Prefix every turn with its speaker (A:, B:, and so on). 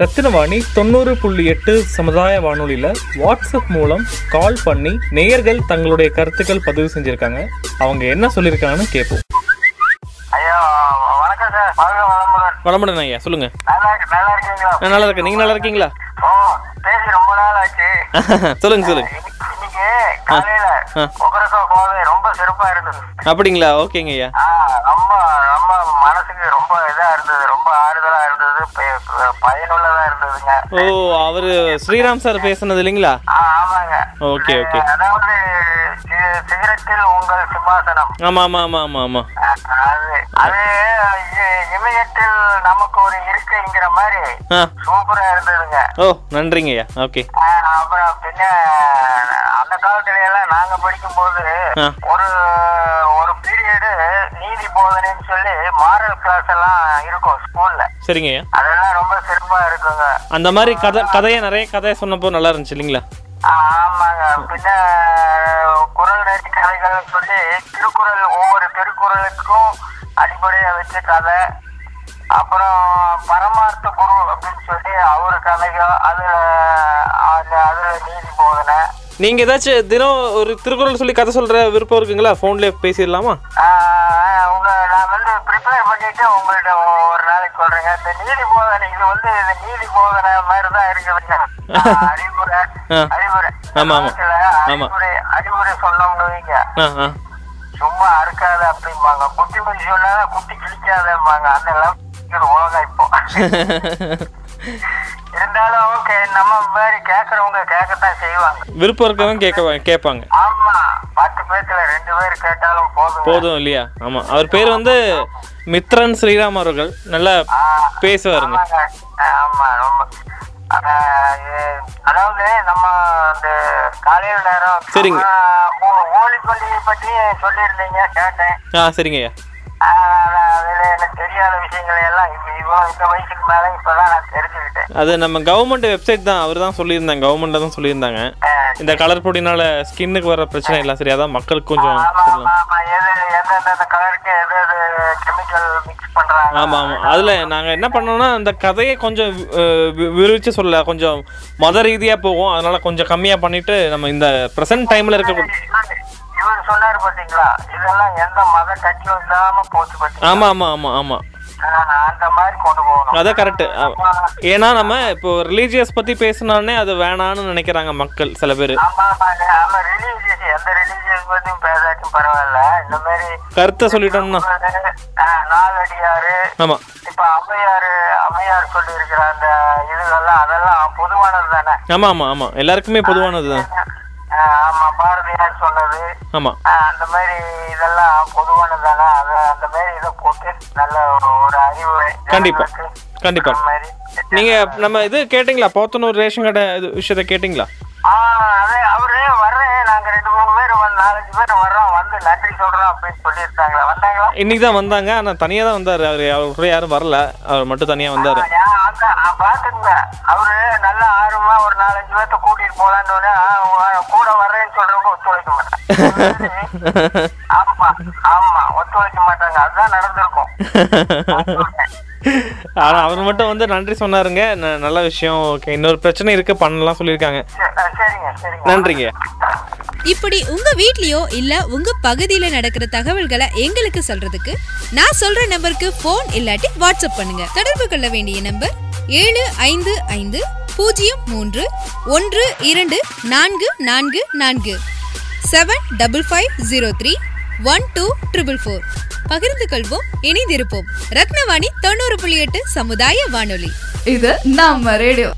A: ரத்தினவாணி தொண்ணூறு புள்ளி எட்டு சமுதாய வானொலியில் வாட்ஸ்அப் மூலம் கால் பண்ணி நேயர்கள் தங்களுடைய கருத்துக்கள் பதிவு செஞ்சுருக்காங்க அவங்க என்ன சொல்லியிருக்காங்கன்னு கேட்போம்
B: ஐயா வ- வணக்கம் சார் வாழ்க வளமுடன்
A: வளமுடன் ஐயா சொல்லுங்க
B: நல்லா இருக்கு நல்லா இருக்கீங்களா
A: நான் நல்லா இருக்கேன் நீங்க நல்லா இருக்கீங்களா
B: ஓ பேசி ரொம்ப நாள் ஆச்சு
A: சொல்லுங்க சொல்லுங்க
B: இன்னைக்கு இன்னைக்கு காலையில உக்கரக்கா கோவை ரொம்ப சிறப்பா இருந்தது
A: அப்படிங்களா ஓகேங்க ஐயா
B: ஆ, ரொம்ப ரொம்ப மனசுக்கு ரொம்ப இதா இருந்தது ரொம்ப ஆறுதலா இருந்தது பய- ப- பயனுள்ளதா இருந்ததுங்க
A: ஓ அவரு ஸ்ரீராம் சார் பேசுனது இல்லைங்களா
B: ஆ, ஆமாங்க
A: ஓகே ஓகே
B: அதாவது சி- சிகரத்தில் உங்கள் சிம்மாசனம்
A: ஆமா ஆமா ஆமா ஆமா ஆமா
B: ஆ, அது அது இ- இமயத்தில் நமக்கு ஒரு இருக்கைங்கிற மாதிரி
A: ஆ
B: சூப்பரா இருந்ததுங்க
A: ஓ நன்றிங்க ஐயா ஓகே
B: ஆ, அப்புறம் பின்ன அந்த காலத்துல எல்லாம் நாங்க படிக்கும்போது
A: ஆ.
B: ஒரு ஒரு பீரியடு நீதி போதனைன்னு சொல்லி மாரல் கிளாஸ் எல்லாம் இருக்கும் ஸ்கூல்ல
A: சரிங்க ஐயா
B: அதெல்லாம் ரொம்ப சிறப்பா இருக்குங்க
A: அந்த மாதிரி கதை கதையை நிறைய கதையை சொன்னப்போ நல்லா இருந்துச்சு இல்லைங்களா
B: ஆ, ஆமாங்க பின்ன குரல் நெறி கதைகள்னு சொல்லி திருக்குறள் ஒவ்வொரு திருக்குறளுக்கும் அடிப்படையா வச்ச கதை அப்புறம் பரமார்த்த குரு அப்படின்னு சொல்லி அவர் கதைகள் அதுல அந்த அதுல நீதி போதனை
A: நீங்க ஏதாச்சும் தினம் ஒரு திருக்குறள் சொல்லி கதை சொல்ற விருப்பம் இருக்குங்களா ஃபோன்லேயே பேசிடலாமா
B: ஆ, உங்க நான் வந்து ப்ரிப்பேர் பண்ணிட்டு உங்கள்ட்ட ஒரு நாளைக்கு சொல்றேங்க இந்த நீதி போதனை இது வந்து இந்த நீதி போதனை மாதிரி தான் இருக்குதுங்க ஆ, அறிவுரை
A: ஆ.
B: அறிவுரை
A: ஆமா, ஆமா.
B: காலத்துல
A: ஆமா.
B: அறிவுரை அறிவுரை சொன்னோம்னு வைங்க
A: ஆ ஆ
B: சும்மா அறுக்காத அப்படிம்பாங்க குட்டி குட்டி சொன்னா குட்டி கிழிக்காதம்பாங்க அந்த அளவுக்கு உலகம் இப்போ இருந்தாலும் கே- நம்ம மாதிரி கேட்கறவங்க கேட்கத்தான் செய்வாங்க
A: விருப்பம் இருக்கவங்க கேட்க கேட்பாங்க
B: ஆமா பத்து பேர்த்துல ரெண்டு பேர் கேட்டாலும் போதும்
A: போதும் இல்லையா ஆமா அவர் பேர் வந்து மித்ரன் ஸ்ரீராம் அவர்கள் நல்லா
B: ஆ,
A: பேசுவாருங்க
B: ஆமாங்க. ஆமா ரொம்ப அஹ், இது- அதாவது நம்ம அந்த காலையில நேரம்
A: சரிங்க.
B: ஓலி பள்ளியை பற்றி சொல்லியிருந்தீங்க கேட்டேன்
A: ஆ சரிங்க ஐயா
B: ஆஹ், அதுல எனக்கு தெரியாத விஷயங்களை எல்லாம் இப்ப- இப்போ இந்த வயசுக்கு மேல இப்பதான் நான் தெரிஞ்சுக்கிட்டேன்
A: அது நம்ம கவர்மெண்ட் வெப்சைட் தான் அவர் தான் சொல்லியிருந்தாங்க கவர்மெண்ட்டில் தான் சொல்லியிருந்தாங்க
B: அஹ்,
A: இந்த கலர் பொடினால ஸ்கின்னுக்கு வர பிரச்சனை இல்லை சரி அதான் மக்களுக்கு கொஞ்சம்
B: ஆமா
A: சொல்லலாம்.
B: ஆமா ஆமா எது எந்தெந்த கலருக்கு எது எது கெமிக்கல் மிக்ஸ் பண்றாங்க
A: ஆமாம் ஆமாம் அதில் நாங்கள் என்ன பண்ணோம்னா அந்த கதையை கொஞ்சம் அஹ், வி- விரிச்சு சொல்ல கொஞ்சம் மத ரீதியாக போகும் அதனால் கொஞ்சம் கம்மியாக பண்ணிவிட்டு நம்ம இந்த ப்ரெசன்ட் டைமில் இருக்க
B: இவர் சொன்னாரு பாத்தீங்களா இதெல்லாம் எந்த மத கட்சியும் இல்லாம போச்சு பாத்தீங்களா
A: ஆமாம் ஆமாம் ஆமாம் ஆமாம்
B: ஆஹ், அந்த மாதிரி கொண்டு போகணும்
A: அதான் கரெக்டு ஏன்னா நம்ம இப்போ ரிலீஜியஸ் பற்றி பேசினானே அது வேணான்னு நினைக்கிறாங்க மக்கள் சில பேர்
B: ஆமா ஆமாங்க. ஆமா ரிலீஜியஸ் எந்த ரிலீஜியஸ் பத்தியும் பேசாச்சும் பரவாயில்ல இந்த மாதிரி
A: கருத்தை சொல்லிட்டோம்னா
B: ஆஹ், நாலடியாரு
A: ஆமாம்
B: இப்ப ஔவையாரு ஔவையார் சொல்லி இருக்கிற அந்த இதுகள்லாம் அதெல்லாம் பொதுவானது தானே
A: ஆமாம் ஆமாம் ஆமாம் எல்லாருக்குமே பொதுவானது தான்
B: ஆஹ், ஆமா பாரதியார் சொன்னது
A: ஆமாம்
B: ஆஹ், அந்த மாதிரி இதெல்லாம் பொதுவானது தானே அது அந்த மாதிரி இதை போட்டு நல்ல ஒரு அறிவுரை
A: கண்டிப்பா.
B: ஜனங்களுக்கு
A: கண்டிப்பாக
B: அந்த மாதிரி
A: நீங்கள் நம்ம இது கேட்டிங்களா போத்தனூர் ரேஷன் கடை இது விஷயத்தை கேட்டிங்களா
B: ஆ, அதே அவரு வர்றேன் நாங்க ரெண்டு மூணு பேர் வந்து நாலஞ்சு பேர் வர்றோம் வந்து நன்றி சொல்றோம் அப்படின்னு சொல்லியிருக்காங்களா வந்தாங்களா
A: இன்னைக்கு தான் வந்தாங்க ஆனால் தனியாக தான் வந்தார் அவர் அவர் கூட யாரும் வரல அவர் மட்டும் தனியாக வந்தார்
B: ஆ, அந்த ஆ, பாத்துங்க அவரு நல்ல ஆர்வமா ஒரு நாலஞ்சு பேர்த்த கூட்டிட்டு போலான்னு உடனே, ஆ, வ- கூட வர்றேன்னு சொல்றவங்க ஒத்துழைக்க மாட்டாங்க ஆமா ஆமா ஒத்துழைக்க மாட்டாங்க அதுதான் நடந்திருக்கும்
A: ஆனா அவர் மட்டும் வந்து நன்றி சொன்னாருங்க ந- நல்ல விஷயம் ஓகே இன்னொரு பிரச்சனை இருக்கு பண்ணலாம் சொல்லியிருக்காங்க
B: சரி, ஆ, சரிங்க சரிங்க
A: நன்றிங்க
C: இப்படி உங்க வீட்லயோ இல்ல உங்க பகுதியில நடக்கிற தகவல்களை எங்களுக்கு சொல்றதுக்கு நான் சொல்ற நம்பருக்கு ஃபோன் இல்லாட்டி வாட்ஸ்அப் பண்ணுங்க தொடர்பு கொள்ள வேண்டிய நம்பர் ஏழு ஐந்து ஐந்து பூஜ்ஜியம் மூன்று ஒன்று இரண்டு நான்கு நான்கு நான்கு seven double five zero three one two triple four பகிர்ந்து கொள்வோம் இணைந்திருப்போம் ரத்னவாணி தொண்ணூறு புள்ளி எட்டு சமுதாய வானொலி
D: ഇത് നമ്മ റേഡിയോ